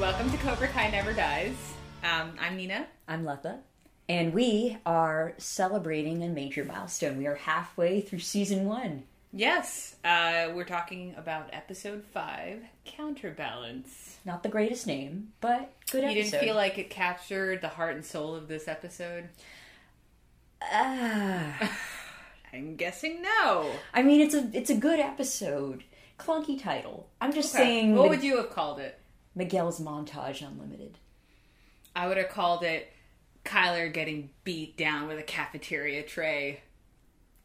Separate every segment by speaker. Speaker 1: Welcome to Cobra Kai Never Dies. Um, I'm Nina.
Speaker 2: I'm Letha, and we are celebrating a major milestone. We are halfway through season one.
Speaker 1: Yes, uh, we're talking about episode five, Counterbalance.
Speaker 2: Not the greatest name, but good episode.
Speaker 1: You didn't feel like it captured the heart and soul of this episode?
Speaker 2: Ah.
Speaker 1: I'm guessing no.
Speaker 2: I mean, it's a it's a good episode. Clunky title. I'm just
Speaker 1: Okay,
Speaker 2: saying.
Speaker 1: What
Speaker 2: Mi-
Speaker 1: would you have called it?
Speaker 2: Miguel's montage unlimited.
Speaker 1: I would have called it Kyler getting beat down with a cafeteria tray.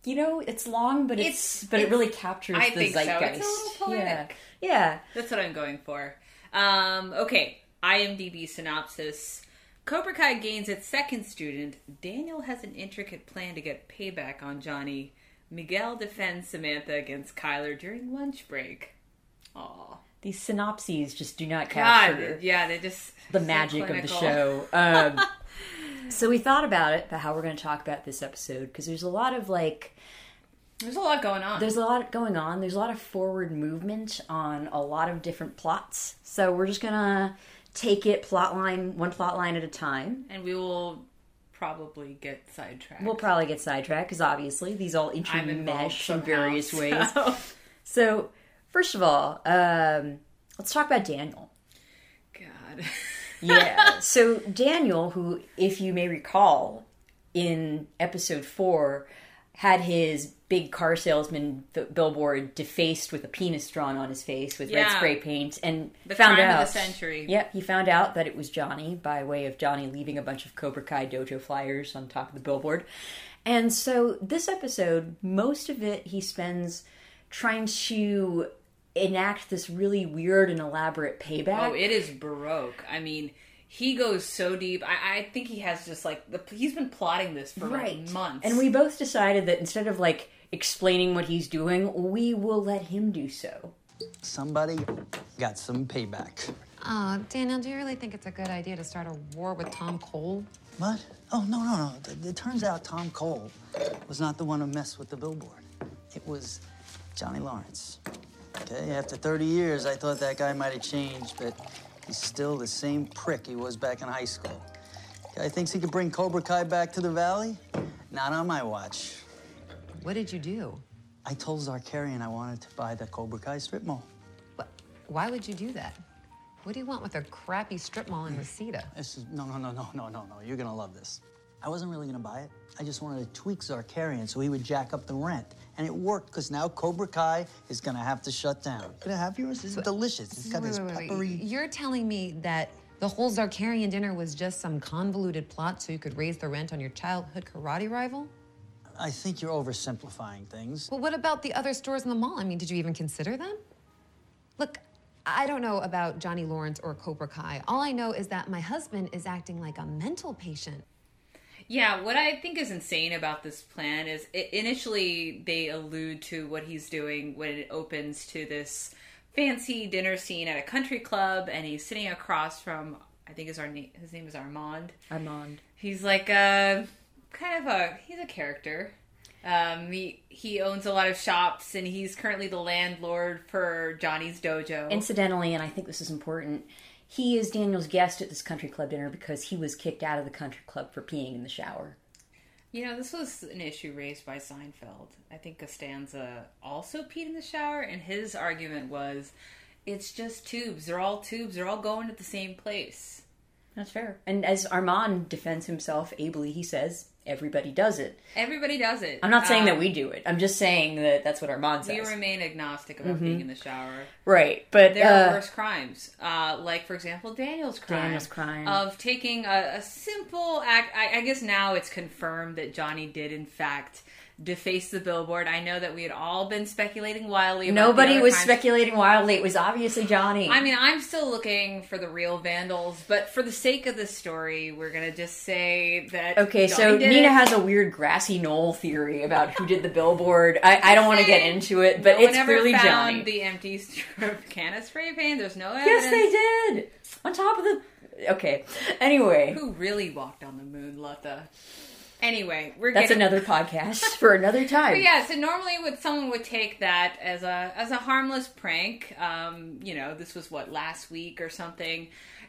Speaker 2: You know, it's long, but it's,
Speaker 1: It's-
Speaker 2: but it
Speaker 1: it's-
Speaker 2: really captures
Speaker 1: I
Speaker 2: the
Speaker 1: think so. It's a
Speaker 2: zeitgeist.
Speaker 1: little poetic.
Speaker 2: Yeah. yeah.
Speaker 1: That's what I'm going for. Um, okay, IMDb synopsis. Cobra Kai gains its second student. Daniel has an intricate plan to get payback on Johnny. Miguel defends Samantha against Kyler during lunch break. Aw.
Speaker 2: These synopses just do not
Speaker 1: God,
Speaker 2: capture
Speaker 1: yeah, they just.
Speaker 2: the
Speaker 1: so
Speaker 2: magic of the
Speaker 1: clinical.
Speaker 2: show. Um, so we thought about it, about how we're going to talk about this episode because there's a lot of like,
Speaker 1: There's a lot going on.
Speaker 2: there's a lot going on. There's a lot of forward movement on a lot of different plots. So we're just gonna take it plot line, one plot line at a time.
Speaker 1: and we will probably get sidetracked.
Speaker 2: We'll probably get sidetracked because obviously these all
Speaker 1: I'm involved
Speaker 2: intermesh in
Speaker 1: somehow,
Speaker 2: various ways.
Speaker 1: so.
Speaker 2: So first of all, um, let's talk about Daniel.
Speaker 1: God.
Speaker 2: yeah. So Daniel, who, if you may recall, in episode four, had his big car salesman b- billboard defaced with a penis drawn on his face with red
Speaker 1: Yeah.
Speaker 2: spray paint, and
Speaker 1: The
Speaker 2: found
Speaker 1: crime of
Speaker 2: out
Speaker 1: the century.
Speaker 2: Yep, he found out that it was Johnny by way of Johnny leaving a bunch of Cobra Kai dojo flyers on top of the billboard. And so this episode, most of it he spends trying to enact this really weird and elaborate payback.
Speaker 1: Oh, it is baroque. I mean, he goes so deep. I, I think he has just like the, he's been plotting this for like months.
Speaker 2: And we both decided that instead of like explaining what he's doing, we will let him do so.
Speaker 3: Somebody got some payback.
Speaker 4: Oh, Daniel, do you really think it's a good idea to start a war with Tom Cole?
Speaker 3: What? Oh, no, no, no. It, it turns out Tom Cole was not the one who messed with the billboard. It was Johnny Lawrence. Okay, after 30 years, I thought that guy might have changed, but he's still the same prick he was back in high school. Guy thinks he could bring Cobra Kai back to the valley? Not on my watch.
Speaker 4: What did you do?
Speaker 3: I told Zarkarian I wanted to buy the Cobra Kai strip mall.
Speaker 4: Wh- Why would you do that? What do you want with a crappy strip mall in Reseda?
Speaker 3: This is no, no, no, no, no, no, no. You're gonna love this. I wasn't really gonna buy it. I just wanted to tweak Zarkarian so he would jack up the rent, and it worked because now Cobra Kai is gonna have to shut down. You gonna have yours? This is delicious. It's got this
Speaker 4: Wait, wait, wait, wait.
Speaker 3: peppery.
Speaker 4: You're telling me that the whole Zarkarian dinner was just some convoluted plot so you could raise the rent on your childhood karate rival?
Speaker 3: I think you're oversimplifying things.
Speaker 4: Well, what about the other stores in the mall? I mean, did you even consider them? Look, I don't know about Johnny Lawrence or Cobra Kai. All I know is that my husband is acting like a mental patient.
Speaker 1: yeah, what I think is insane about this plan is i initially they allude to what he's doing when it opens to this fancy dinner scene at a country club, and he's sitting across from I think is our na- his name is Armand.
Speaker 2: Armand.
Speaker 1: He's like a kind of a he's a character. Um, he he owns a lot of shops, and he's currently the landlord for Johnny's dojo.
Speaker 2: Incidentally, and I think this is important, he is Daniel's guest at this country club dinner because he was kicked out of the country club for peeing in the shower.
Speaker 1: you know, this was an issue raised by Seinfeld. I think Costanza also peed in the shower, and his argument was, "It's just tubes. They're all tubes. They're all going to the same place."
Speaker 2: That's fair. And as Armand defends himself ably, he says, everybody does it.
Speaker 1: Everybody does it.
Speaker 2: I'm not saying
Speaker 1: Um,
Speaker 2: that we do it. I'm just saying that that's what Armand
Speaker 1: We
Speaker 2: says.
Speaker 1: remain agnostic about being in the shower.
Speaker 2: right. But
Speaker 1: There are
Speaker 2: Mm-hmm. uh,
Speaker 1: worse crimes, uh, like for example Daniel's crime,
Speaker 2: Daniel's crime.
Speaker 1: of taking a, a simple act. I, I guess now it's confirmed that Johnny did in fact deface the billboard. I know that we had all been speculating wildly. About the
Speaker 2: nobody
Speaker 1: other
Speaker 2: was
Speaker 1: crimes.
Speaker 2: speculating wildly. It was obviously Johnny.
Speaker 1: I mean, I'm still looking for the real vandals, but for the sake of the story, we're gonna just say that.
Speaker 2: Okay,
Speaker 1: Johnny
Speaker 2: so
Speaker 1: did
Speaker 2: Nina
Speaker 1: it.
Speaker 2: has a weird grassy knoll theory about who did the billboard. I, I don't want to get into it, but
Speaker 1: No one
Speaker 2: it's
Speaker 1: ever
Speaker 2: clearly
Speaker 1: found
Speaker 2: Johnny.
Speaker 1: the empty strip can of spray paint. There's no evidence.
Speaker 2: yes, they did. On top of the. Okay. Anyway,
Speaker 1: Who really walked on the moon, Lutha? Anyway, we're
Speaker 2: That's
Speaker 1: getting
Speaker 2: another podcast for another time.
Speaker 1: But yeah, so normally would someone would take that as a as a harmless prank. Um, you know, this was what last week or something.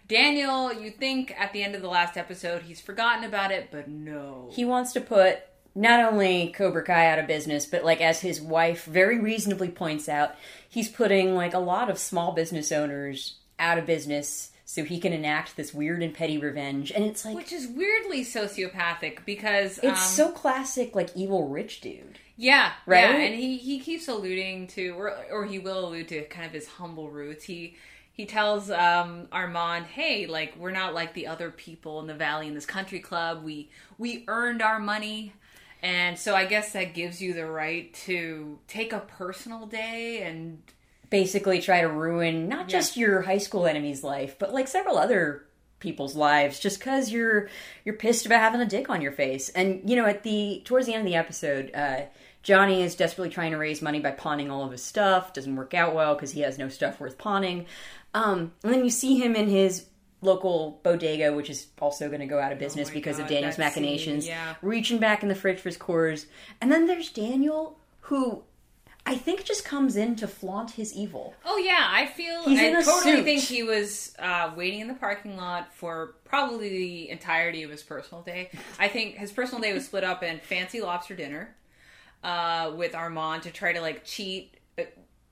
Speaker 1: Daniel, you think at the end of the last episode he's forgotten about it, but no.
Speaker 2: He wants to put not only Cobra Kai out of business, but like as his wife very reasonably points out, he's putting like a lot of small business owners out of business so he can enact this weird and petty revenge. And it's like
Speaker 1: which is weirdly sociopathic because
Speaker 2: it's
Speaker 1: um,
Speaker 2: so classic like evil rich dude.
Speaker 1: Yeah,
Speaker 2: Right?
Speaker 1: Yeah, and he he keeps alluding to, or or he will allude to kind of his humble roots. He he tells um, Armand, "Hey, like we're not like the other people in the valley in this country club. We we earned our money." And so I guess that gives you the right to take a personal day and
Speaker 2: Basically try to ruin not just your high school enemy's life, but like several other people's lives just cuz you're you're pissed about having a dick on your face. And you know, at the towards the end of the episode, uh Johnny is desperately trying to raise money by pawning all of his stuff. Doesn't work out well because he has no stuff worth pawning. Um, and then you see him in his local bodega, which is also going to go out of business
Speaker 1: Oh my
Speaker 2: because of
Speaker 1: God,
Speaker 2: Daniel's
Speaker 1: that scene,
Speaker 2: machinations,
Speaker 1: yeah.
Speaker 2: reaching back in the fridge for his cores. And then there's Daniel, who I think just comes in to flaunt his evil.
Speaker 1: Oh yeah, I feel
Speaker 2: He's
Speaker 1: I
Speaker 2: in a
Speaker 1: totally
Speaker 2: suit.
Speaker 1: think he was uh, waiting in the parking lot for probably the entirety of his personal day. I think his personal day was split up in fancy lobster dinner uh, with Armand to try to like cheat uh,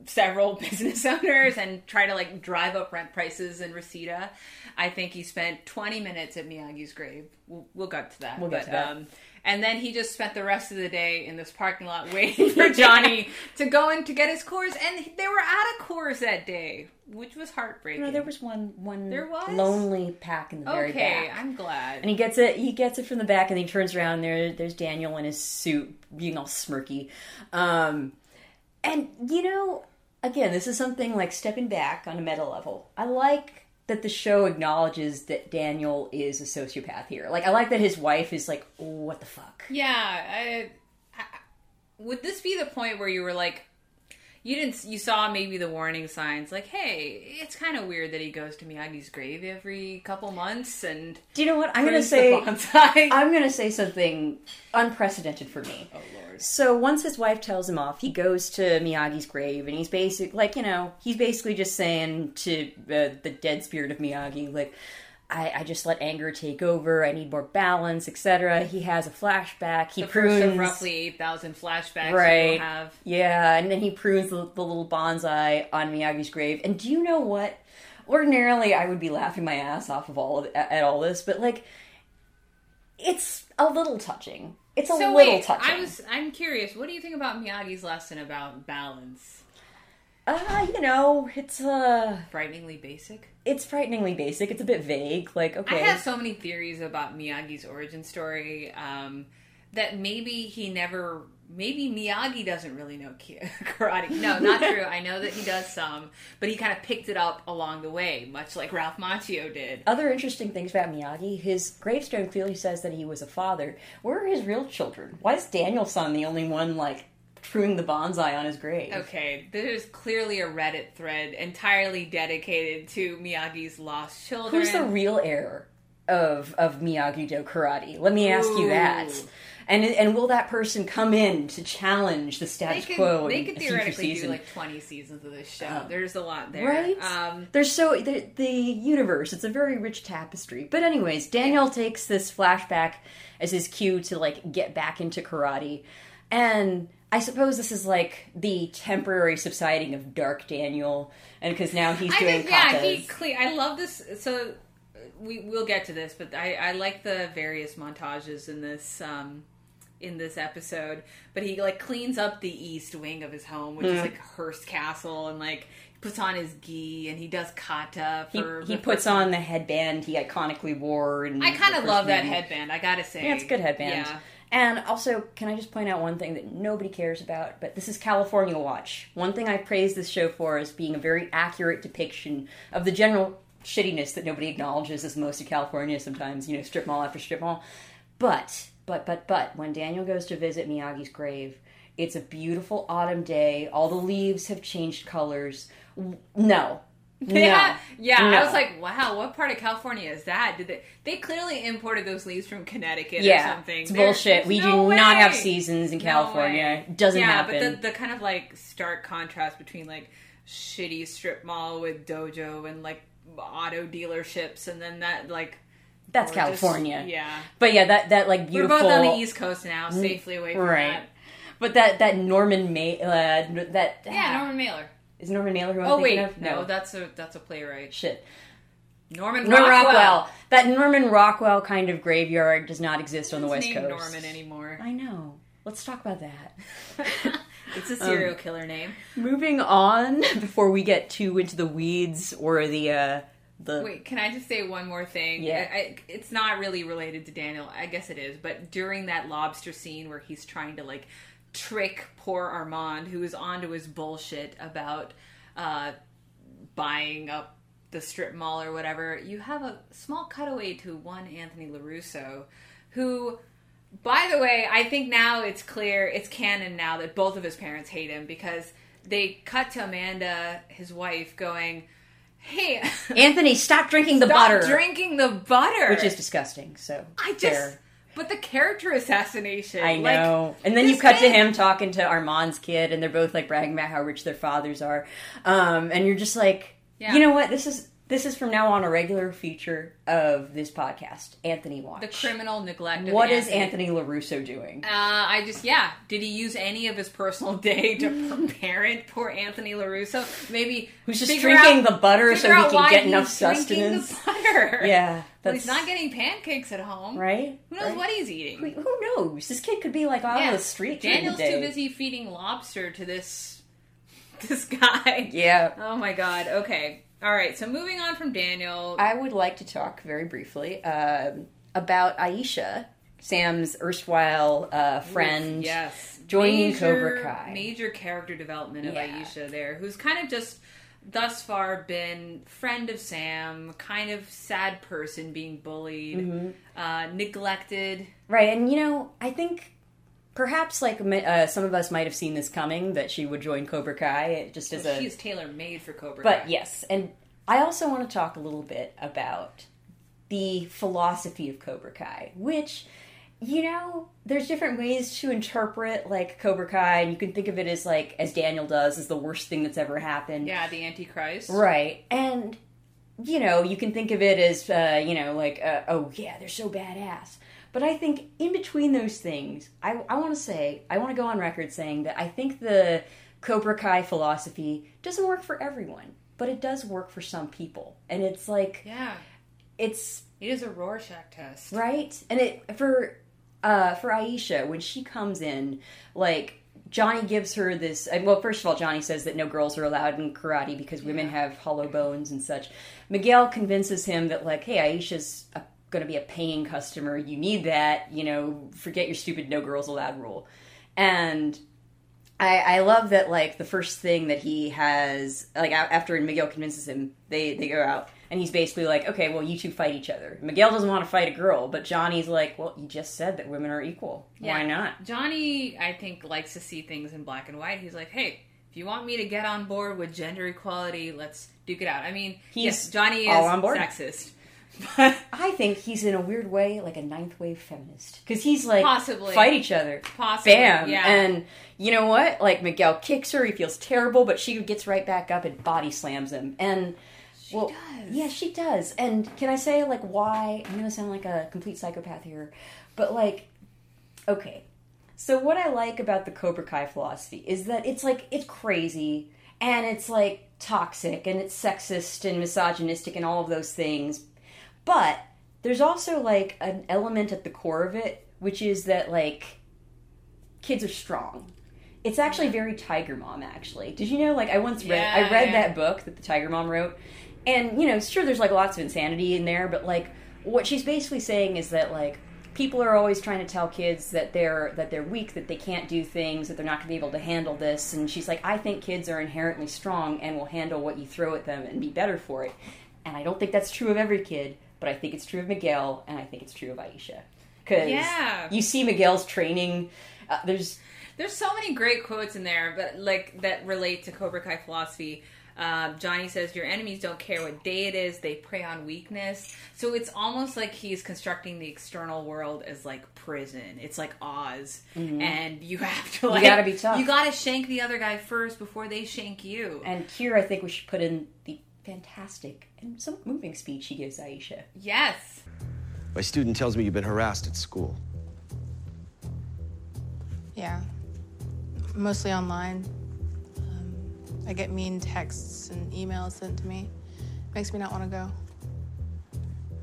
Speaker 1: several business owners and try to like drive up rent prices in Reseda. I think he spent 20 minutes at Miyagi's grave. We'll, we'll get to that. We'll
Speaker 2: get to that.
Speaker 1: Um, and then he just spent the rest of the day in this parking lot waiting for Johnny to go in to get his cores, and they were out of cores that day, which was heartbreaking.
Speaker 2: No, there was one one
Speaker 1: There was?
Speaker 2: lonely pack in the very
Speaker 1: okay,
Speaker 2: back.
Speaker 1: I'm glad.
Speaker 2: And he gets it. He gets it from the back, and he turns around. and There, there's Daniel in his suit, being all smirky. Um, and you know, again, this is something like stepping back on a meta level. I like that the show acknowledges that Daniel is a sociopath here. Like, I like that his wife is like, "What the fuck."
Speaker 1: yeah, I, I, would this be the point where you were like, you didn't, you saw maybe the warning signs, like, hey, it's kind of weird that he goes to Miyagi's grave every couple months, and
Speaker 2: Do you know what I'm gonna
Speaker 1: burns the
Speaker 2: say?
Speaker 1: bonsai.
Speaker 2: I'm gonna say something unprecedented for me. Oh lord. So once his wife tells him off, he goes to Miyagi's grave, and he's basic, like you know, he's basically just saying to uh, the dead spirit of Miyagi, like, I, I just let anger take over. I need more balance, etc. He has a flashback. He
Speaker 1: the
Speaker 2: prunes
Speaker 1: first of roughly eight thousand flashbacks
Speaker 2: Right.
Speaker 1: you'll have.
Speaker 2: Yeah, and then he prunes the, the little bonsai on Miyagi's grave. And do you know what? Ordinarily, I would be laughing my ass off of all of, at, at all this, but like, it's a little touching. It's a
Speaker 1: So
Speaker 2: little
Speaker 1: wait,
Speaker 2: touching.
Speaker 1: I was I'm curious. What do you think about Miyagi's lesson about balance?
Speaker 2: uh, you know, it's uh,
Speaker 1: Frighteningly basic.
Speaker 2: it's frighteningly basic. It's a bit vague. Like, okay,
Speaker 1: I have so many theories about Miyagi's origin story um, that maybe he never. Maybe Miyagi doesn't really know ki- karate. No, not true. I know that he does some, but he kind of picked it up along the way, much like Ralph Macchio did.
Speaker 2: other interesting things about Miyagi, his gravestone clearly says that he was a father. Where are his real children? Why is Daniel-san the only one like pruning the bonsai on his grave?
Speaker 1: Okay, there's clearly a Reddit thread entirely dedicated to Miyagi's lost children.
Speaker 2: Who's the real heir of of Miyagi Do karate? Let me ask you that.
Speaker 1: Ooh.
Speaker 2: And and will that person come in to challenge the
Speaker 1: they
Speaker 2: status
Speaker 1: could,
Speaker 2: quo?
Speaker 1: they
Speaker 2: in
Speaker 1: could
Speaker 2: a future
Speaker 1: theoretically do
Speaker 2: season? Oh.
Speaker 1: like 20 seasons of this show. There's a lot there.
Speaker 2: right.
Speaker 1: Um,
Speaker 2: There's so the, the universe. It's a very rich tapestry. But anyways, Daniel takes this flashback as his cue to like get back into karate, and. I suppose this is like the temporary subsiding of Dark Daniel, and because now he's
Speaker 1: I
Speaker 2: doing
Speaker 1: think, yeah,
Speaker 2: katas.
Speaker 1: he clear. I love this. So uh, we we'll get to this, but I, I like the various montages in this um, in this episode. But he like cleans up the east wing of his home,
Speaker 2: Mm.
Speaker 1: which is like Hearst Castle, and like puts on his gi and he does kata.
Speaker 2: He,
Speaker 1: For
Speaker 2: he
Speaker 1: the
Speaker 2: puts
Speaker 1: first-
Speaker 2: on the headband he iconically wore. And
Speaker 1: I kind of love that headband.
Speaker 2: headband.
Speaker 1: I gotta say,
Speaker 2: Yeah, it's a good headband.
Speaker 1: Yeah.
Speaker 2: And also, can I just point out one thing that nobody cares about? But this is California Watch. One thing I praise this show for is being a very accurate depiction of the general shittiness that nobody acknowledges as most of California sometimes, you know, strip mall after strip mall. But, but, but, but, when Daniel goes to visit Miyagi's grave, it's a beautiful autumn day. All the leaves have changed colors. W- No.
Speaker 1: Yeah, yeah. I
Speaker 2: No.
Speaker 1: was like, wow, what part of California is that? Did they? They clearly imported those leaves from Connecticut or
Speaker 2: Yeah,
Speaker 1: something.
Speaker 2: it's
Speaker 1: There-
Speaker 2: bullshit.
Speaker 1: there's
Speaker 2: We
Speaker 1: no
Speaker 2: do not have
Speaker 1: way.
Speaker 2: seasons in
Speaker 1: No
Speaker 2: California.
Speaker 1: way.
Speaker 2: It Doesn't
Speaker 1: yeah,
Speaker 2: happen.
Speaker 1: but the, the kind of like stark contrast between like shitty strip mall with dojo and like auto dealerships, and then that like
Speaker 2: That's
Speaker 1: gorgeous-
Speaker 2: California.
Speaker 1: Yeah,
Speaker 2: But yeah, that that like beautiful. Mm,
Speaker 1: we're both on the East Coast now, safely away from
Speaker 2: right.
Speaker 1: that.
Speaker 2: But that that Norman May uh, that
Speaker 1: Yeah, Norman Mailer.
Speaker 2: is Norman Mailer who I'm
Speaker 1: Oh wait,
Speaker 2: thinking of?
Speaker 1: no, that's a that's a playwright.
Speaker 2: shit.
Speaker 1: Norman
Speaker 2: Norman
Speaker 1: Rockwell.
Speaker 2: Rockwell. That Norman Rockwell kind of graveyard does not exist on the
Speaker 1: It's
Speaker 2: West
Speaker 1: named
Speaker 2: Coast.
Speaker 1: Norman anymore.
Speaker 2: I know. Let's talk about that.
Speaker 1: it's a serial killer name.
Speaker 2: Moving on before we get too into the weeds or the uh the
Speaker 1: Wait, can I just say one more thing?
Speaker 2: Yeah.
Speaker 1: I, I- it's not really related to Daniel. I guess it is, but during that lobster scene where he's trying to like trick poor Armand, who is onto his bullshit about uh, buying up the strip mall or whatever, you have a small cutaway to one Anthony LaRusso, who. By the way, I think now it's clear, it's canon now that both of his parents hate him because they cut to Amanda, his wife, going, Hey,
Speaker 2: Anthony, stop drinking the
Speaker 1: Stop
Speaker 2: butter.
Speaker 1: drinking the butter.
Speaker 2: which is disgusting. So
Speaker 1: I just
Speaker 2: there.
Speaker 1: but the character assassination.
Speaker 2: I
Speaker 1: like,
Speaker 2: know. and then you
Speaker 1: this
Speaker 2: cut to
Speaker 1: kid-
Speaker 2: him talking to Armand's kid, and they're both like bragging about how rich their fathers are. Um, and you're just like,
Speaker 1: Yeah.
Speaker 2: you know what? This is this is from now on a regular feature of this podcast. Anthony Watch.
Speaker 1: the criminal neglect. Of
Speaker 2: What is
Speaker 1: Anthony?
Speaker 2: Anthony LaRusso doing?
Speaker 1: Uh, I just yeah. Did he use any of his personal day to parent poor Anthony Larusso? Maybe
Speaker 2: Who's just
Speaker 1: figure
Speaker 2: drinking
Speaker 1: out-
Speaker 2: the butter so
Speaker 1: figure
Speaker 2: he
Speaker 1: out
Speaker 2: can
Speaker 1: why
Speaker 2: get enough
Speaker 1: he's drinking the
Speaker 2: sustenance?
Speaker 1: butter.
Speaker 2: yeah.
Speaker 1: Well,
Speaker 2: That's
Speaker 1: he's not getting pancakes at home.
Speaker 2: right.
Speaker 1: Who knows
Speaker 2: right?
Speaker 1: what he's eating?
Speaker 2: Who who knows? This kid could be like out on the street. during
Speaker 1: Daniel's
Speaker 2: the day.
Speaker 1: too busy feeding lobster to this this guy.
Speaker 2: Yeah.
Speaker 1: Oh my god. Okay. All right. So moving on from Daniel.
Speaker 2: I would like to talk very briefly um, about Aisha, Sam's erstwhile uh, friend.
Speaker 1: Yes.
Speaker 2: joining Cobra Kai.
Speaker 1: Major character development of
Speaker 2: Yeah.
Speaker 1: Aisha there, who's kind of just thus far been friend of Sam, kind of sad person being bullied,
Speaker 2: Mm-hmm.
Speaker 1: uh, neglected.
Speaker 2: Right, and you know, I think perhaps like mi- uh, some of us might have seen this coming that she would join Cobra Kai it just as a.
Speaker 1: She's tailor made for Cobra
Speaker 2: But
Speaker 1: Kai.
Speaker 2: yes, and I also want to talk a little bit about the philosophy of Cobra Kai, which. You know, there's different ways to interpret like Cobra Kai, and you can think of it as like as Daniel does, as the worst thing that's ever happened.
Speaker 1: Yeah, the Antichrist.
Speaker 2: Right. And, you know, you can think of it as, uh, you know, like, uh, oh, yeah, they're so badass. But I think in between those things, I, I want to say, I want to go on record saying that I think the Cobra Kai philosophy doesn't work for everyone, but it does work for some people. And it's like,
Speaker 1: Yeah.
Speaker 2: it's
Speaker 1: It is a Rorschach test.
Speaker 2: Right? And it for uh for Aisha when she comes in, like Johnny gives her this and, well first of all Johnny says that no girls are allowed in karate because women have hollow bones and such. Miguel convinces him that like hey Aisha's a, going to be a paying customer. You need that, you know, forget your stupid no girls allowed rule. And I, I love that like the first thing that he has like a- after Miguel convinces him they they go out and he's basically like okay well you two fight each other Miguel doesn't want to fight a girl but Johnny's like well you just said that women are equal why
Speaker 1: Yeah.
Speaker 2: not
Speaker 1: Johnny, I think, likes to see things in black and white. He's like, hey, if you want me to get on board with gender equality, let's duke it out. I mean,
Speaker 2: He's
Speaker 1: yes, Johnny is
Speaker 2: all on board.
Speaker 1: sexist. But
Speaker 2: I think he's in a weird way like a ninth wave feminist because he's like
Speaker 1: Possibly.
Speaker 2: fight each other
Speaker 1: Possibly,
Speaker 2: bam
Speaker 1: yeah.
Speaker 2: and you know what like Miguel kicks her he feels terrible but she gets right back up and body slams him and she well
Speaker 1: does.
Speaker 2: yeah she does and can I say like why I'm gonna sound like a complete psychopath here but like okay so what I like about the Cobra Kai philosophy is that it's like it's crazy and it's like toxic and it's sexist and misogynistic and all of those things. But there's also like an element at the core of it which is that like kids are strong. It's actually very Tiger Mom actually. Did you know like I once read
Speaker 1: Yeah,
Speaker 2: I read
Speaker 1: yeah.
Speaker 2: that book that the Tiger Mom wrote and you know sure there's like lots of insanity in there but like what she's basically saying is that like people are always trying to tell kids that they're that they're weak that they can't do things that they're not going to be able to handle this and she's like i think kids are inherently strong and will handle what you throw at them and be better for it and i don't think that's true of every kid but i think it's true of miguel and i think it's true of aisha because
Speaker 1: Yeah.
Speaker 2: you see miguel's training uh, there's
Speaker 1: There's so many great quotes in there, but like that relate to Cobra Kai philosophy. Uh, Johnny says, "Your enemies don't care what day it is; they prey on weakness." So it's almost like he's constructing the external world as like prison. It's like Oz, and you have to like
Speaker 2: Mm-hmm. gotta be tough.
Speaker 1: You gotta shank the other guy first before they shank you.
Speaker 2: And here, I think we should put in the fantastic and some moving speech he gives Aisha.
Speaker 1: yes,
Speaker 5: My student tells me you've been harassed at school.
Speaker 6: Yeah. Mostly online. Um, I get mean texts and emails sent to me. Makes me not want to go.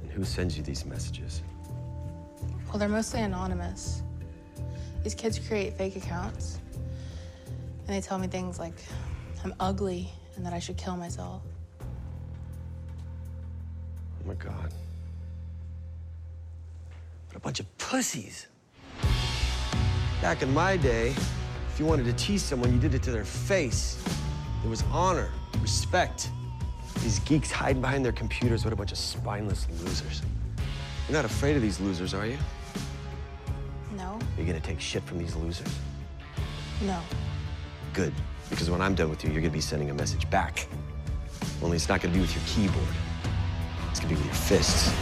Speaker 5: And who sends you these messages?
Speaker 6: Well, they're mostly anonymous. These kids create fake accounts. And they tell me things like I'm ugly and that I should kill myself.
Speaker 5: Oh my God. What a bunch of pussies. Back in my day, if you wanted to tease someone, you did it to their face. There was honor, respect. These geeks hiding behind their computers. What a bunch of spineless losers. You're not afraid of these losers, are you?
Speaker 6: No,
Speaker 5: You're gonna take shit from these losers.
Speaker 6: no.
Speaker 5: Good, because when I'm done with you, you're gonna be sending a message back. Only it's not gonna be with your keyboard, it's gonna be with your fists.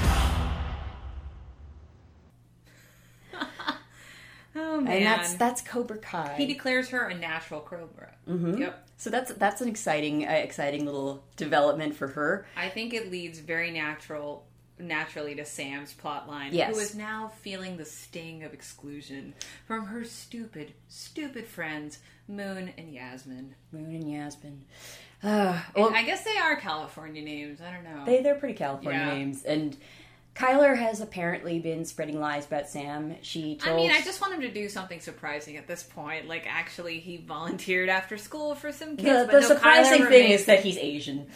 Speaker 1: oh man,
Speaker 2: And that's that's Cobra Kai.
Speaker 1: he declares her a natural Cobra. Mm-hmm. Yep.
Speaker 2: so that's that's an exciting uh, exciting little development for her.
Speaker 1: I think it leads very natural naturally to Sam's plotline,
Speaker 2: Yes.
Speaker 1: who is now feeling the sting of exclusion from her stupid, stupid friends Moon and Yasmin.
Speaker 2: Moon and Yasmin. Uh, well,
Speaker 1: And I guess they are California names. I don't know.
Speaker 2: they they're pretty California
Speaker 1: Yeah.
Speaker 2: names. And Kyler has apparently been spreading lies about Sam. She
Speaker 1: I
Speaker 2: told.
Speaker 1: mean, I just want him to do something surprising at this point. Like, actually, he volunteered after school for some kids.
Speaker 2: the,
Speaker 1: but
Speaker 2: the
Speaker 1: no,
Speaker 2: surprising
Speaker 1: Kyler
Speaker 2: thing
Speaker 1: remains-
Speaker 2: is that he's Asian.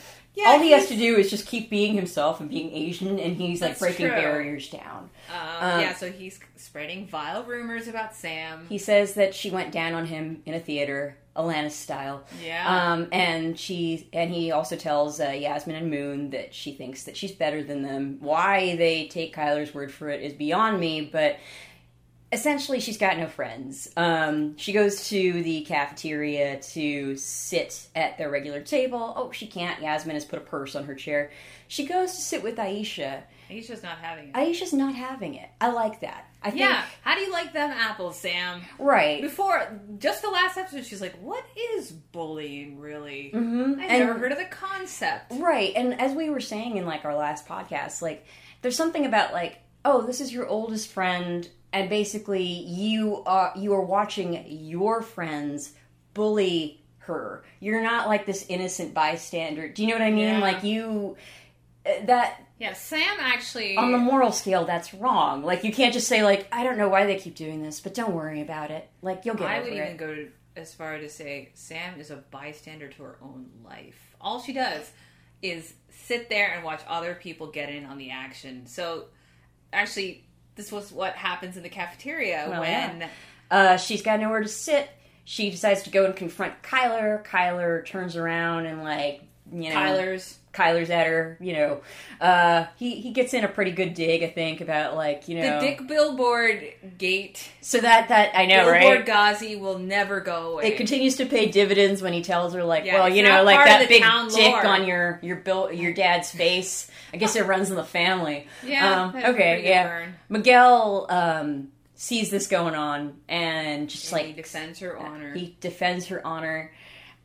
Speaker 2: All he has
Speaker 1: he's-
Speaker 2: to do is just keep being himself and being Asian, and he's like
Speaker 1: That's
Speaker 2: breaking
Speaker 1: true.
Speaker 2: barriers down.
Speaker 1: Um, yeah, so he's spreading vile rumors about Sam.
Speaker 2: uh, He says that she went down on him in a theater, Alanis style.
Speaker 1: Yeah.
Speaker 2: Um, and she and he also tells uh, Yasmin and Moon that she thinks that she's better than them. Why they take Kyler's word for it is beyond me, but essentially she's got no friends. Um, she goes to the cafeteria to sit at their regular table. Oh, she can't. Yasmin has put a purse on her chair. She goes to sit with Aisha.
Speaker 1: He's just not having it.
Speaker 2: Aisha's not having it. I like that. I
Speaker 1: yeah,
Speaker 2: think
Speaker 1: how do you like them apples, Sam?
Speaker 2: right.
Speaker 1: Before, just the last episode, she's like, "What is bullying really?" Mm-hmm. I
Speaker 2: And-
Speaker 1: never heard of the concept.
Speaker 2: Right. And as we were saying in like our last podcast, like there's something about like, oh, this is your oldest friend and basically you are you are watching your friends bully her. You're not like this innocent bystander. Do you know what I mean?
Speaker 1: Yeah.
Speaker 2: Like you uh, that
Speaker 1: Yeah, Sam actually.
Speaker 2: on the moral scale that's wrong. Like you can't just say like I don't know why they keep doing this, but don't worry about it. Like you'll get
Speaker 1: I
Speaker 2: over
Speaker 1: would
Speaker 2: it.
Speaker 1: even go to, as far to say Sam is a bystander to her own life. All she does is sit there and watch other people get in on the action. So, actually, this was what happens in the cafeteria
Speaker 2: Well,
Speaker 1: when
Speaker 2: yeah. Uh, she's got nowhere to sit. She decides to go and confront Kyler. Kyler turns around and like you know
Speaker 1: Tyler's.
Speaker 2: Kyler's at her. You know, uh, he he gets in a pretty good dig, I think, about like you
Speaker 1: The
Speaker 2: know.
Speaker 1: Dick Billboard Gate
Speaker 2: so that that I know,
Speaker 1: Billboard
Speaker 2: right?
Speaker 1: Ghazi will never go away.
Speaker 2: It continues to pay dividends when he tells her, like,
Speaker 1: Yeah,
Speaker 2: well,
Speaker 1: it's
Speaker 2: you
Speaker 1: not
Speaker 2: know, like
Speaker 1: part of
Speaker 2: that
Speaker 1: the
Speaker 2: big
Speaker 1: town
Speaker 2: dick
Speaker 1: lore.
Speaker 2: on your your bill, your dad's face. I guess it runs in the family.
Speaker 1: Yeah,
Speaker 2: Um,
Speaker 1: that's a pretty
Speaker 2: okay.
Speaker 1: good
Speaker 2: Yeah.
Speaker 1: burn.
Speaker 2: Miguel um, sees this going on and just
Speaker 1: he
Speaker 2: like
Speaker 1: defends her honor.
Speaker 2: He defends her honor,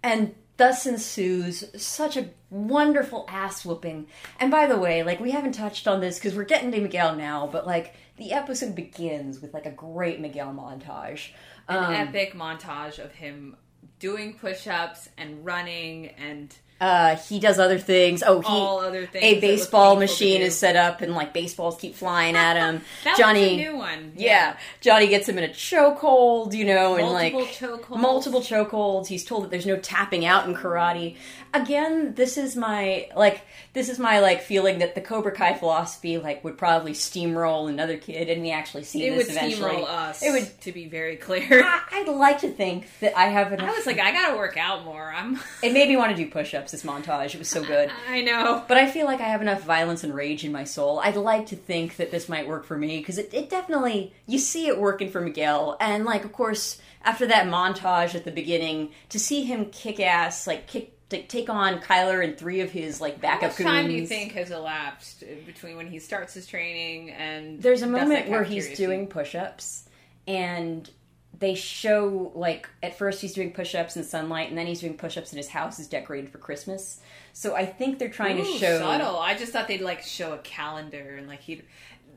Speaker 2: and thus ensues such a wonderful ass whooping. And by the way, like we haven't touched on this because we're getting to Miguel now, but like the episode begins with like a great Miguel montage. Um,
Speaker 1: an epic montage of him doing push-ups and running and
Speaker 2: uh, he does other things. Oh, he
Speaker 1: All other things that
Speaker 2: A
Speaker 1: look
Speaker 2: baseball
Speaker 1: painful to
Speaker 2: machine
Speaker 1: do.
Speaker 2: is set up, and like baseballs keep flying at him.
Speaker 1: that
Speaker 2: Johnny,
Speaker 1: was a new one.
Speaker 2: Yeah, Johnny gets him in a chokehold, you know, and
Speaker 1: Multiple
Speaker 2: like
Speaker 1: chokeholds.
Speaker 2: multiple chokeholds. He's told that there's no tapping out in karate. Again, this is my like this is my like feeling that the Cobra Kai philosophy like would probably steamroll another kid, and we actually see
Speaker 1: It
Speaker 2: this
Speaker 1: would
Speaker 2: eventually.
Speaker 1: steamroll us.
Speaker 2: It would.
Speaker 1: to be very clear.
Speaker 2: I- I'd like to think that I have enough
Speaker 1: I was like, I gotta work out more. I'm.
Speaker 2: It made me want to do push ups, this montage. It was so good.
Speaker 1: I know.
Speaker 2: But I feel like I have enough violence and rage in my soul. I'd like to think that this might work for me because it, it definitely, you see it working for Miguel. And, like, of course, after that montage at the beginning, to see him kick ass, like, kick. To take on Kyler and three of his like
Speaker 1: How
Speaker 2: backup
Speaker 1: much time do you
Speaker 2: goons.
Speaker 1: think has elapsed between when he starts his training and
Speaker 2: there's a
Speaker 1: does that
Speaker 2: moment where
Speaker 1: cafeteria
Speaker 2: he's
Speaker 1: scene?
Speaker 2: doing push-ups and they show like at first he's doing push-ups in sunlight and then he's doing push-ups and his house is decorated for christmas so i think they're trying to
Speaker 1: Ooh,
Speaker 2: show
Speaker 1: subtle. I just thought they'd like show a calendar and like he.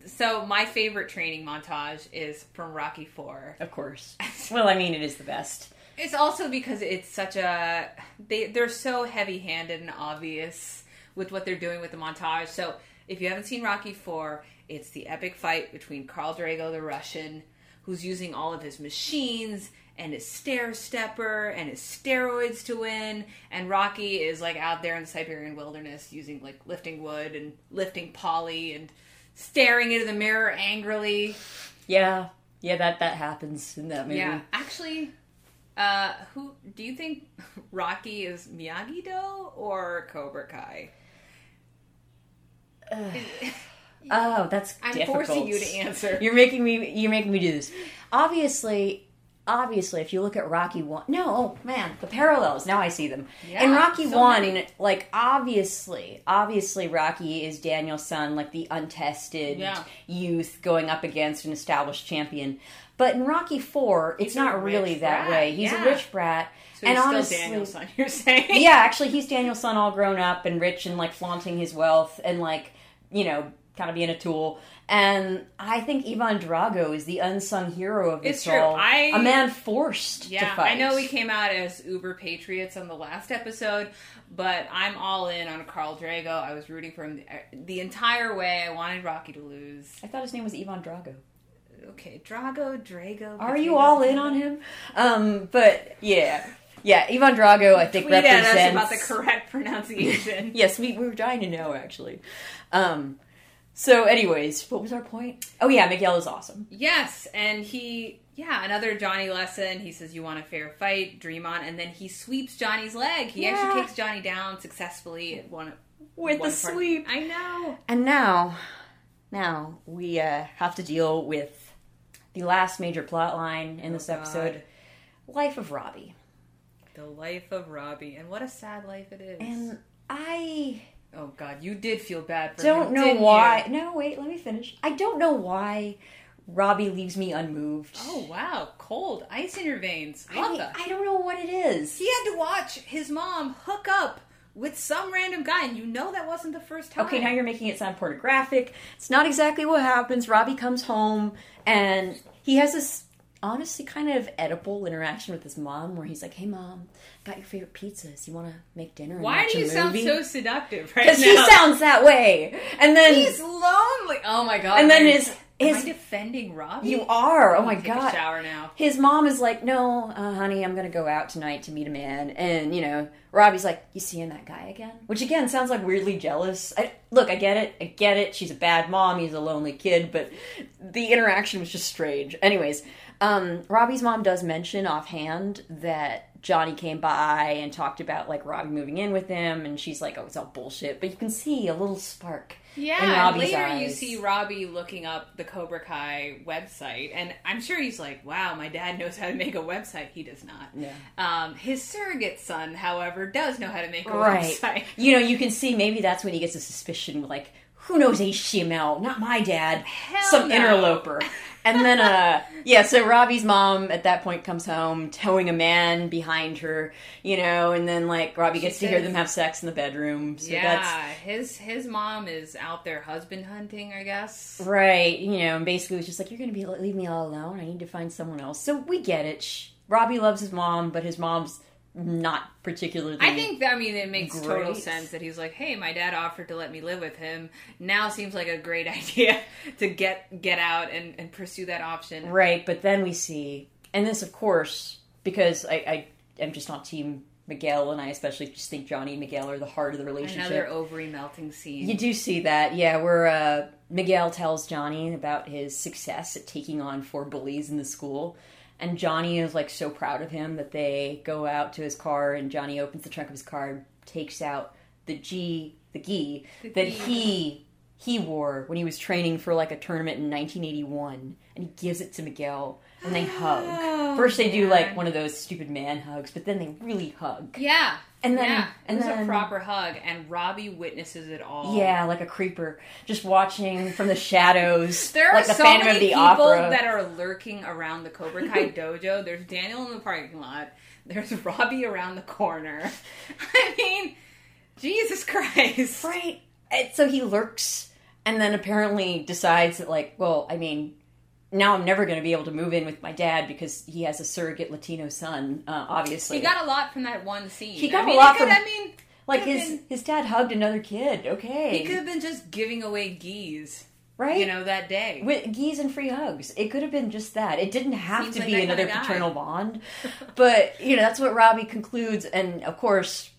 Speaker 1: So my favorite training montage is from Rocky Four.
Speaker 2: of course well i mean it is the best
Speaker 1: It's also because it's such a they they're so heavy handed and obvious with what they're doing with the montage. So if you haven't seen Rocky Four, it's the epic fight between Carl Drago the Russian, who's using all of his machines and his stair stepper and his steroids to win, and Rocky is like out there in the Siberian wilderness using like lifting wood and lifting poly and staring into the mirror angrily.
Speaker 2: yeah yeah that that happens in that movie
Speaker 1: Yeah, actually, uh, who do you think Rocky is Miyagi Do or Cobra Kai?
Speaker 2: oh that's
Speaker 1: I'm
Speaker 2: difficult.
Speaker 1: forcing you to answer.
Speaker 2: You're making me. You're making me do this. Obviously, obviously, if you look at Rocky One, no, oh man, the parallels. Now I see them.
Speaker 1: Yeah,
Speaker 2: In Rocky
Speaker 1: so
Speaker 2: One,
Speaker 1: many.
Speaker 2: like obviously, obviously, Rocky is Daniel's son, like the untested
Speaker 1: Yeah.
Speaker 2: youth going up against an established champion. But in Rocky Four, it's
Speaker 1: a
Speaker 2: not
Speaker 1: rich
Speaker 2: really that
Speaker 1: brat,
Speaker 2: way. He's
Speaker 1: yeah.
Speaker 2: a rich brat,
Speaker 1: So
Speaker 2: and
Speaker 1: he's
Speaker 2: honestly,
Speaker 1: still Daniel's son. You're saying?
Speaker 2: yeah, actually, he's Daniel's son, all grown up and rich and like flaunting his wealth and like, you know, kind of being a tool. And I think Ivan Drago is the unsung hero of this
Speaker 1: It's true.
Speaker 2: all.
Speaker 1: I-
Speaker 2: a man forced
Speaker 1: Yeah,
Speaker 2: to fight.
Speaker 1: I know we came out as uber patriots on the last episode, but I'm all in on Carl Drago. I was rooting for him the, uh, the entire way. I wanted Rocky to lose.
Speaker 2: I thought his name was Ivan Drago.
Speaker 1: Okay, Drago, Drago.
Speaker 2: Are you all in on him? Um, but yeah, yeah, Ivan Drago. I think
Speaker 1: Tweet at us
Speaker 2: represents
Speaker 1: about the correct pronunciation.
Speaker 2: Yes, we, we were dying to know actually. Um, so, anyways, what was our point? Oh yeah, Miguel is awesome.
Speaker 1: Yes, and he yeah, another Johnny lesson. He says you want a fair fight, dream on, and then he sweeps Johnny's leg. He actually
Speaker 2: Yeah.
Speaker 1: takes Johnny down successfully at one
Speaker 2: With
Speaker 1: one
Speaker 2: the
Speaker 1: part-
Speaker 2: sweep.
Speaker 1: I know.
Speaker 2: And now, now we uh, have to deal with the last major plot line in this episode: life of Robbie.
Speaker 1: The life of Robbie, and what a sad life it is.
Speaker 2: And I
Speaker 1: oh God, you did feel bad for
Speaker 2: don't
Speaker 1: him,
Speaker 2: know
Speaker 1: didn't
Speaker 2: why.
Speaker 1: you?
Speaker 2: No, wait, let me finish. I don't know why Robbie leaves me unmoved.
Speaker 1: Oh wow, cold ice in your veins. Love
Speaker 2: I,
Speaker 1: that.
Speaker 2: I don't know what it is.
Speaker 1: he had to watch his mom hook up with some random guy, and you know that wasn't the first time.
Speaker 2: Okay, now you're making it sound pornographic. It's not exactly what happens. Robbie comes home and he has this honestly kind of edible interaction with his mom where he's like, Hey mom, got your favorite pizzas. You wanna make dinner? And
Speaker 1: Why
Speaker 2: watch
Speaker 1: do
Speaker 2: a
Speaker 1: you sound
Speaker 2: movie?"
Speaker 1: so seductive right now?
Speaker 2: Because he sounds that way. And then
Speaker 1: He's lonely. Oh my god.
Speaker 2: and then
Speaker 1: Mary.
Speaker 2: his
Speaker 1: Am I
Speaker 2: his
Speaker 1: defending Robbie?
Speaker 2: you are. Oh
Speaker 1: I'm
Speaker 2: my
Speaker 1: gonna take
Speaker 2: god.
Speaker 1: A shower now.
Speaker 2: His mom is like, "No, uh, honey, I'm gonna go out tonight to meet a man," and you know, Robbie's like, "You seeing that guy again?" Which again sounds like weirdly jealous. I, look, I get it, I get it. She's a bad mom. He's a lonely kid, but the interaction was just strange. Anyways, um, Robbie's mom does mention offhand that Johnny came by and talked about like Robbie moving in with him, and she's like, "Oh, it's all bullshit," but you can see a little spark. in
Speaker 1: Yeah. and
Speaker 2: Robbie's
Speaker 1: later you
Speaker 2: eyes.
Speaker 1: see Robbie looking up the Cobra Kai website, and I'm sure he's like, "Wow, my dad knows how to make a website." He does not.
Speaker 2: Yeah.
Speaker 1: Um, his surrogate son, however, does know how to make a website.
Speaker 2: Right. You know, you can see maybe that's when he gets a suspicion, like, who knows HTML? Not my dad. Some
Speaker 1: no.
Speaker 2: interloper. And then, uh, yeah, so Robbie's mom at that point comes home towing a man behind her, you know, and then, like, Robbie gets to hear
Speaker 1: says-
Speaker 2: them have sex in the bedroom. So
Speaker 1: yeah.
Speaker 2: that's.
Speaker 1: His his mom is out there husband hunting, I guess.
Speaker 2: Right, you know, and basically it's just like, you're gonna be leave me all alone. I need to find someone else. So we get it. Shh. Robbie loves his mom, but his mom's not particularly.
Speaker 1: I think that, I mean it makes total
Speaker 2: Great.
Speaker 1: sense that he's like, "Hey, my dad offered to let me live with him. Now seems like a great idea to get get out and, and pursue that option."
Speaker 2: Right, but then we see, and this, of course, because I, I am just not Team Miguel, and I especially just think Johnny and Miguel are the heart of the relationship.
Speaker 1: Another ovary melting scene.
Speaker 2: you do see that, yeah, where uh, Miguel tells Johnny about his success at taking on four bullies in the school. And Johnny is like so proud of him that they go out to his car and Johnny opens the trunk of his car, takes out the G, the gi that he he wore when he was training for like a tournament in 1981 and he gives it to Miguel and they hug. First they do like one of those stupid man hugs, but then they really hug.
Speaker 1: Yeah.
Speaker 2: And then-
Speaker 1: yeah.
Speaker 2: and
Speaker 1: it was
Speaker 2: then-
Speaker 1: a proper hug, and Robbie witnesses it all.
Speaker 2: Yeah, like a creeper, just watching from the shadows.
Speaker 1: There are
Speaker 2: like the
Speaker 1: so
Speaker 2: Phantom
Speaker 1: many
Speaker 2: of the
Speaker 1: people
Speaker 2: Opera.
Speaker 1: that are lurking around the Cobra Kai dojo. There's Daniel in the parking lot. There's Robbie around the corner. I mean, Jesus Christ.
Speaker 2: Right. And so he lurks and then apparently decides that, like, well, I mean, now I'm never going to be able to move in with my dad because he has a surrogate Latino son, uh, obviously.
Speaker 1: He got a lot from that one scene.
Speaker 2: He got
Speaker 1: I
Speaker 2: a
Speaker 1: mean,
Speaker 2: lot
Speaker 1: could-
Speaker 2: from-
Speaker 1: I mean,
Speaker 2: like,
Speaker 1: could've
Speaker 2: his,
Speaker 1: been-
Speaker 2: his dad hugged another kid. Okay.
Speaker 1: he could have been just giving away geese,
Speaker 2: right?
Speaker 1: you know, that day.
Speaker 2: with geese and free hugs. It could have been just that. It didn't have
Speaker 1: Seems
Speaker 2: to
Speaker 1: like
Speaker 2: be
Speaker 1: that kinda
Speaker 2: another
Speaker 1: guy.
Speaker 2: paternal bond. But, you know, that's what Robbie concludes and of course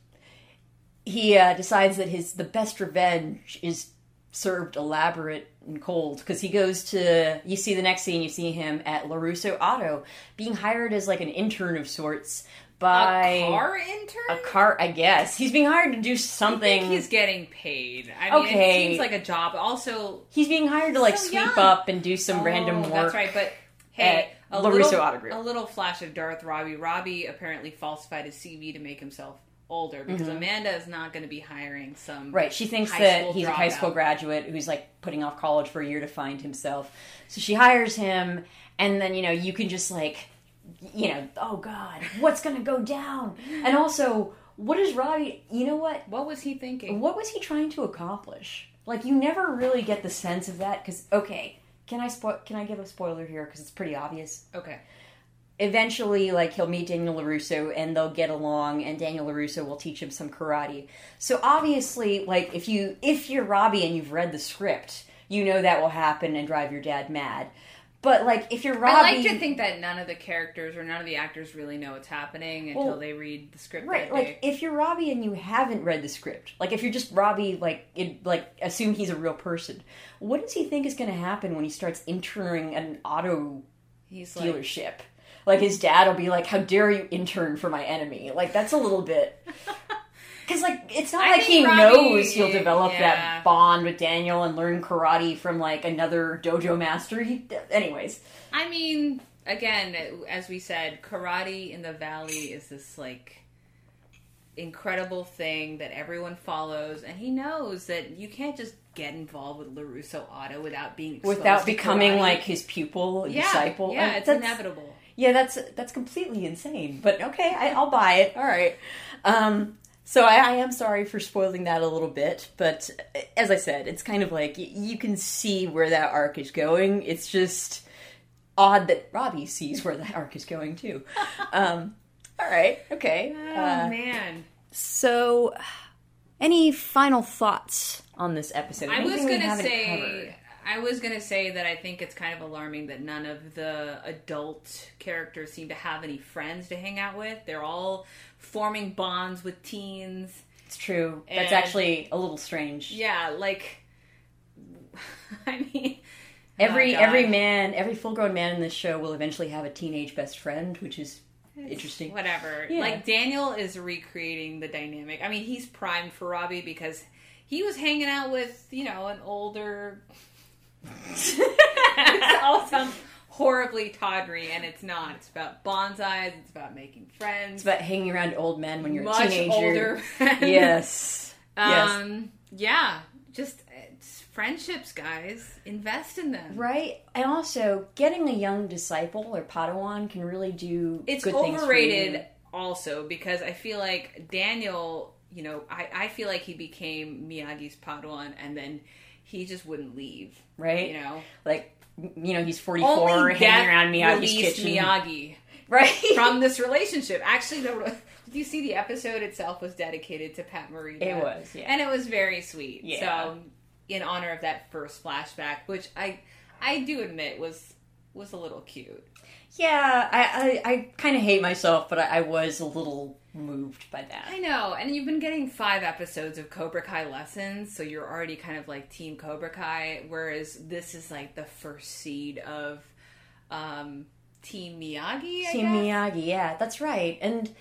Speaker 2: he uh, decides that his the best revenge is served elaborate and cold because he goes to you see the next scene you see him at LaRusso Auto being hired as like an intern of sorts by
Speaker 1: a car intern?
Speaker 2: a car, I guess. He's being hired to do
Speaker 1: I think
Speaker 2: something.
Speaker 1: he's getting paid. I mean,
Speaker 2: Okay.
Speaker 1: it seems like a job. Also,
Speaker 2: He's being hired to like
Speaker 1: So
Speaker 2: sweep
Speaker 1: young.
Speaker 2: up and do some random
Speaker 1: Oh,
Speaker 2: work.
Speaker 1: That's right, but hey,
Speaker 2: at
Speaker 1: a
Speaker 2: LaRusso
Speaker 1: little,
Speaker 2: Auto Group.
Speaker 1: a little flash of Darth Robbie. Robbie apparently falsified his CV to make himself older because Amanda is not going to be hiring some
Speaker 2: Mm-hmm. Right. She thinks
Speaker 1: high
Speaker 2: that
Speaker 1: school
Speaker 2: he's a high
Speaker 1: dropout.
Speaker 2: school graduate who's like putting off college for a year to find himself. So she hires him, and then, you know, you can just like, you know, oh God, what's going to go down? And also, what is Robbie, you know what?
Speaker 1: What was he thinking?
Speaker 2: What was he trying to accomplish? Like, you never really get the sense of that because, okay. Can I spoil? Can I give a spoiler here? Because it's pretty obvious
Speaker 1: Okay.
Speaker 2: eventually like he'll meet Daniel LaRusso and they'll get along and Daniel LaRusso will teach him some karate. So obviously like if you if you're Robbie and you've read the script, you know that will happen and drive your dad mad. But like if you're Robbie
Speaker 1: I like to think that none of the characters or none of the actors really know what's happening until
Speaker 2: Well,
Speaker 1: they read the script.
Speaker 2: Right,
Speaker 1: that
Speaker 2: like
Speaker 1: day.
Speaker 2: if you're Robbie and you haven't read the script, like if you're just Robbie, like it, like assume he's a real person. What does he think is going to happen when he starts entering an auto
Speaker 1: he's like,
Speaker 2: dealership. Like his dad will be like, "How dare you intern for my enemy?" Like that's a little bit because like it's not
Speaker 1: I
Speaker 2: like
Speaker 1: think
Speaker 2: he
Speaker 1: Robbie-
Speaker 2: knows he'll develop
Speaker 1: yeah.
Speaker 2: that bond with Daniel and learn karate from like another dojo master. He, anyways,
Speaker 1: I mean, again, as we said, karate in the valley is this like incredible thing that everyone follows, and he knows that you can't just get involved with Larusso Auto without being exposed
Speaker 2: without
Speaker 1: to
Speaker 2: becoming
Speaker 1: karate.
Speaker 2: like his pupil, and
Speaker 1: yeah,
Speaker 2: disciple,
Speaker 1: Yeah,
Speaker 2: and
Speaker 1: it's
Speaker 2: that's-
Speaker 1: inevitable.
Speaker 2: Yeah, that's that's completely insane. But okay, I, I'll buy it. All right. Um, so I, I am sorry for spoiling that a little bit, but as I said, it's kind of like y- you can see where that arc is going. It's just odd that Robbie sees where that arc is going too. um, all right. Okay. uh,
Speaker 1: Oh man,
Speaker 2: So, any final thoughts on this episode?
Speaker 1: I was
Speaker 2: Anything we
Speaker 1: gonna
Speaker 2: haven't
Speaker 1: say.
Speaker 2: covered?
Speaker 1: I was gonna say that I think it's kind of alarming that none of the adult characters seem to have any friends to hang out with. They're all forming bonds with teens.
Speaker 2: it's true.
Speaker 1: And-
Speaker 2: That's actually a little strange.
Speaker 1: Yeah, like I mean,
Speaker 2: Every
Speaker 1: Oh, God.
Speaker 2: every man, every full grown man in this show will eventually have a teenage best friend, which is interesting.
Speaker 1: whatever.
Speaker 2: Yeah.
Speaker 1: Like Daniel is recreating the dynamic. I mean, he's primed for Robbie because he was hanging out with you know an older. it all sounds horribly tawdry, and it's not. It's about bonsais. It's about making friends.
Speaker 2: It's about hanging around old men when you're a
Speaker 1: much
Speaker 2: teenager.
Speaker 1: older.
Speaker 2: Yes. yes.
Speaker 1: Um. Yeah. Just it's friendships, guys. Invest in them.
Speaker 2: Right? And also, getting a young disciple or Padawan can really do
Speaker 1: it's
Speaker 2: good things for you.
Speaker 1: overrated also because I feel like Daniel, you know, I, I feel like he became Miyagi's Padawan and then he just wouldn't leave.
Speaker 2: Right?
Speaker 1: You know?
Speaker 2: Like, you know, he's 44, hanging around Miyagi's
Speaker 1: released
Speaker 2: kitchen.
Speaker 1: Miyagi
Speaker 2: Right?
Speaker 1: from this relationship. Actually, the, did you see the episode itself was dedicated to Pat Morita?
Speaker 2: It was, yeah.
Speaker 1: and it was very sweet.
Speaker 2: Yeah.
Speaker 1: So, in honor of that first flashback, which I I do admit was was a little cute.
Speaker 2: yeah, I, I, I kind of hate myself, but I, I was a little moved by that.
Speaker 1: I know, and you've been getting five episodes of Cobra Kai lessons, so you're already kind of like Team Cobra Kai, whereas this is like the first seed of um, Team Miyagi. I
Speaker 2: Team
Speaker 1: guess.
Speaker 2: Miyagi, yeah, that's right. And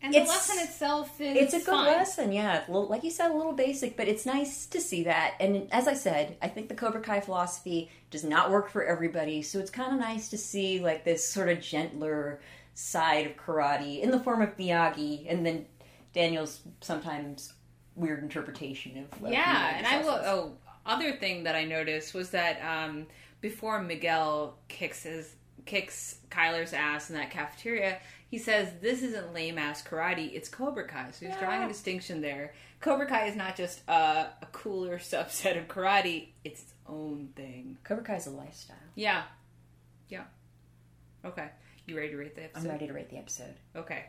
Speaker 1: And the
Speaker 2: It's-
Speaker 1: lesson itself is
Speaker 2: it's a good
Speaker 1: fine.
Speaker 2: lesson, yeah. Li- Like you said, a little basic, but it's nice to see that. And as I said, I think the Cobra Kai philosophy does not work for everybody, so it's kind of nice to see like this sort of gentler side of karate in the form of Miyagi, and then Daniel's sometimes weird interpretation of, of
Speaker 1: Yeah,
Speaker 2: Miyagi's
Speaker 1: and I will.
Speaker 2: lessons.
Speaker 1: Oh, other thing that I noticed was that um, before Miguel kicks his kicks Kyler's ass in that cafeteria, he says, "This isn't lame ass karate. It's Cobra Kai." So he's drawing a distinction there. Cobra Kai is not just uh, a cooler subset of karate; it's its own thing.
Speaker 2: Cobra Kai's a lifestyle.
Speaker 1: Yeah, yeah. Okay, you ready to rate the
Speaker 2: I'm
Speaker 1: episode?
Speaker 2: ready to rate the episode.
Speaker 1: Okay.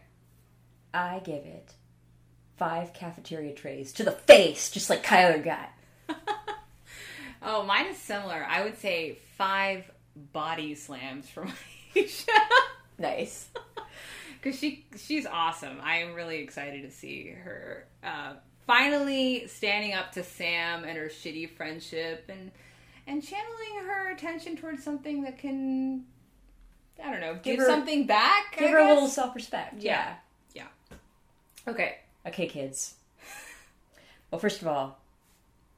Speaker 2: I give it five cafeteria trays to the face, just like Kyler got.
Speaker 1: Oh, mine is similar. I would say five body slams from Aisha.
Speaker 2: Nice.
Speaker 1: because she she's awesome. I am really excited to see her uh, finally standing up to Sam and her shitty friendship and and channeling her attention towards something that can I don't know give,
Speaker 2: her-
Speaker 1: something back.
Speaker 2: Give
Speaker 1: I
Speaker 2: her a
Speaker 1: guess?
Speaker 2: little self respect.
Speaker 1: yeah yeah. Okay,
Speaker 2: Okay, kids. Well, first of all,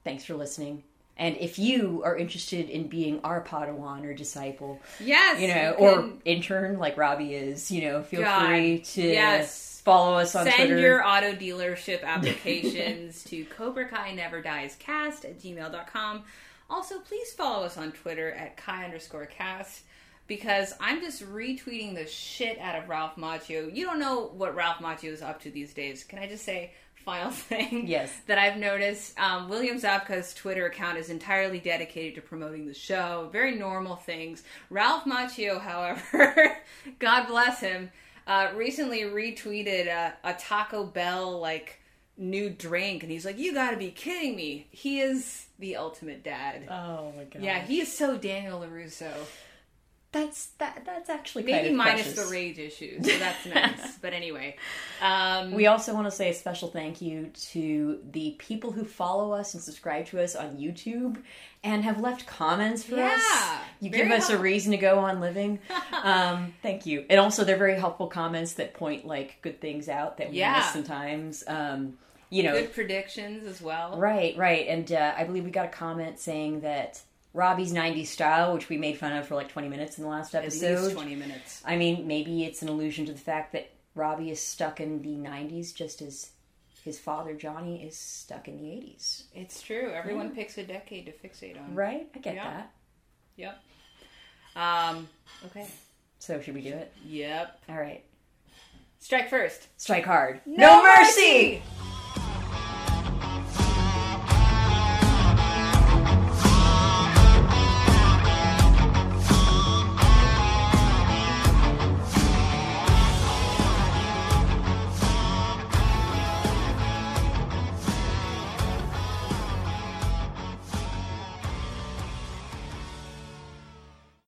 Speaker 2: thanks for listening. And if you are interested in being our Padawan or disciple,
Speaker 1: yes,
Speaker 2: you know, or
Speaker 1: can
Speaker 2: intern like Robbie is, you know, feel
Speaker 1: God,
Speaker 2: free to
Speaker 1: yes.
Speaker 2: follow us on
Speaker 1: Send
Speaker 2: Twitter.
Speaker 1: your auto dealership applications to Cobra Kai Never Dies Cast at gmail.com. Also, please follow us on Twitter at Kai underscore cast because I'm just retweeting the shit out of Ralph Macchio. You don't know what Ralph Macchio is up to these days. Can I just say, final thing
Speaker 2: Yes.
Speaker 1: that I've noticed um, William Zabka's Twitter account is entirely dedicated to promoting the show. Very normal things. Ralph Macchio, however, God bless him, uh, recently retweeted a, a Taco Bell like new drink, and he's like, "You got to be kidding me!" He is the ultimate dad.
Speaker 2: oh my god.
Speaker 1: yeah, he is so Daniel Larusso.
Speaker 2: That's that that's actually kind
Speaker 1: Maybe
Speaker 2: of
Speaker 1: minus
Speaker 2: precious.
Speaker 1: the rage issues. So that's nice. but anyway, um,
Speaker 2: We also want to say a special thank you to the people who follow us and subscribe to us on YouTube and have left comments for us.
Speaker 1: Yeah,
Speaker 2: You
Speaker 1: very
Speaker 2: give us a
Speaker 1: helpful.
Speaker 2: reason to go on living. um, thank you. And also, they're very helpful comments that point like good things out that we
Speaker 1: Yeah.
Speaker 2: miss sometimes. Um, you know,
Speaker 1: good predictions as well.
Speaker 2: right, right. And uh, I believe we got a comment saying that Robbie's 90s style, which we made fun of for like 20 minutes in the last
Speaker 1: At
Speaker 2: episode.
Speaker 1: least twenty minutes.
Speaker 2: I mean, maybe it's an allusion to the fact that Robbie is stuck in the 90s just as his father Johnny is stuck in the 80s.
Speaker 1: It's true. Everyone picks a decade to fixate on.
Speaker 2: Right? I get
Speaker 1: Yeah.
Speaker 2: that.
Speaker 1: Yep. Um. Okay.
Speaker 2: So, should we do it?
Speaker 1: Yep.
Speaker 2: All right.
Speaker 1: Strike first.
Speaker 2: Strike hard.
Speaker 1: No mercy!
Speaker 2: mercy!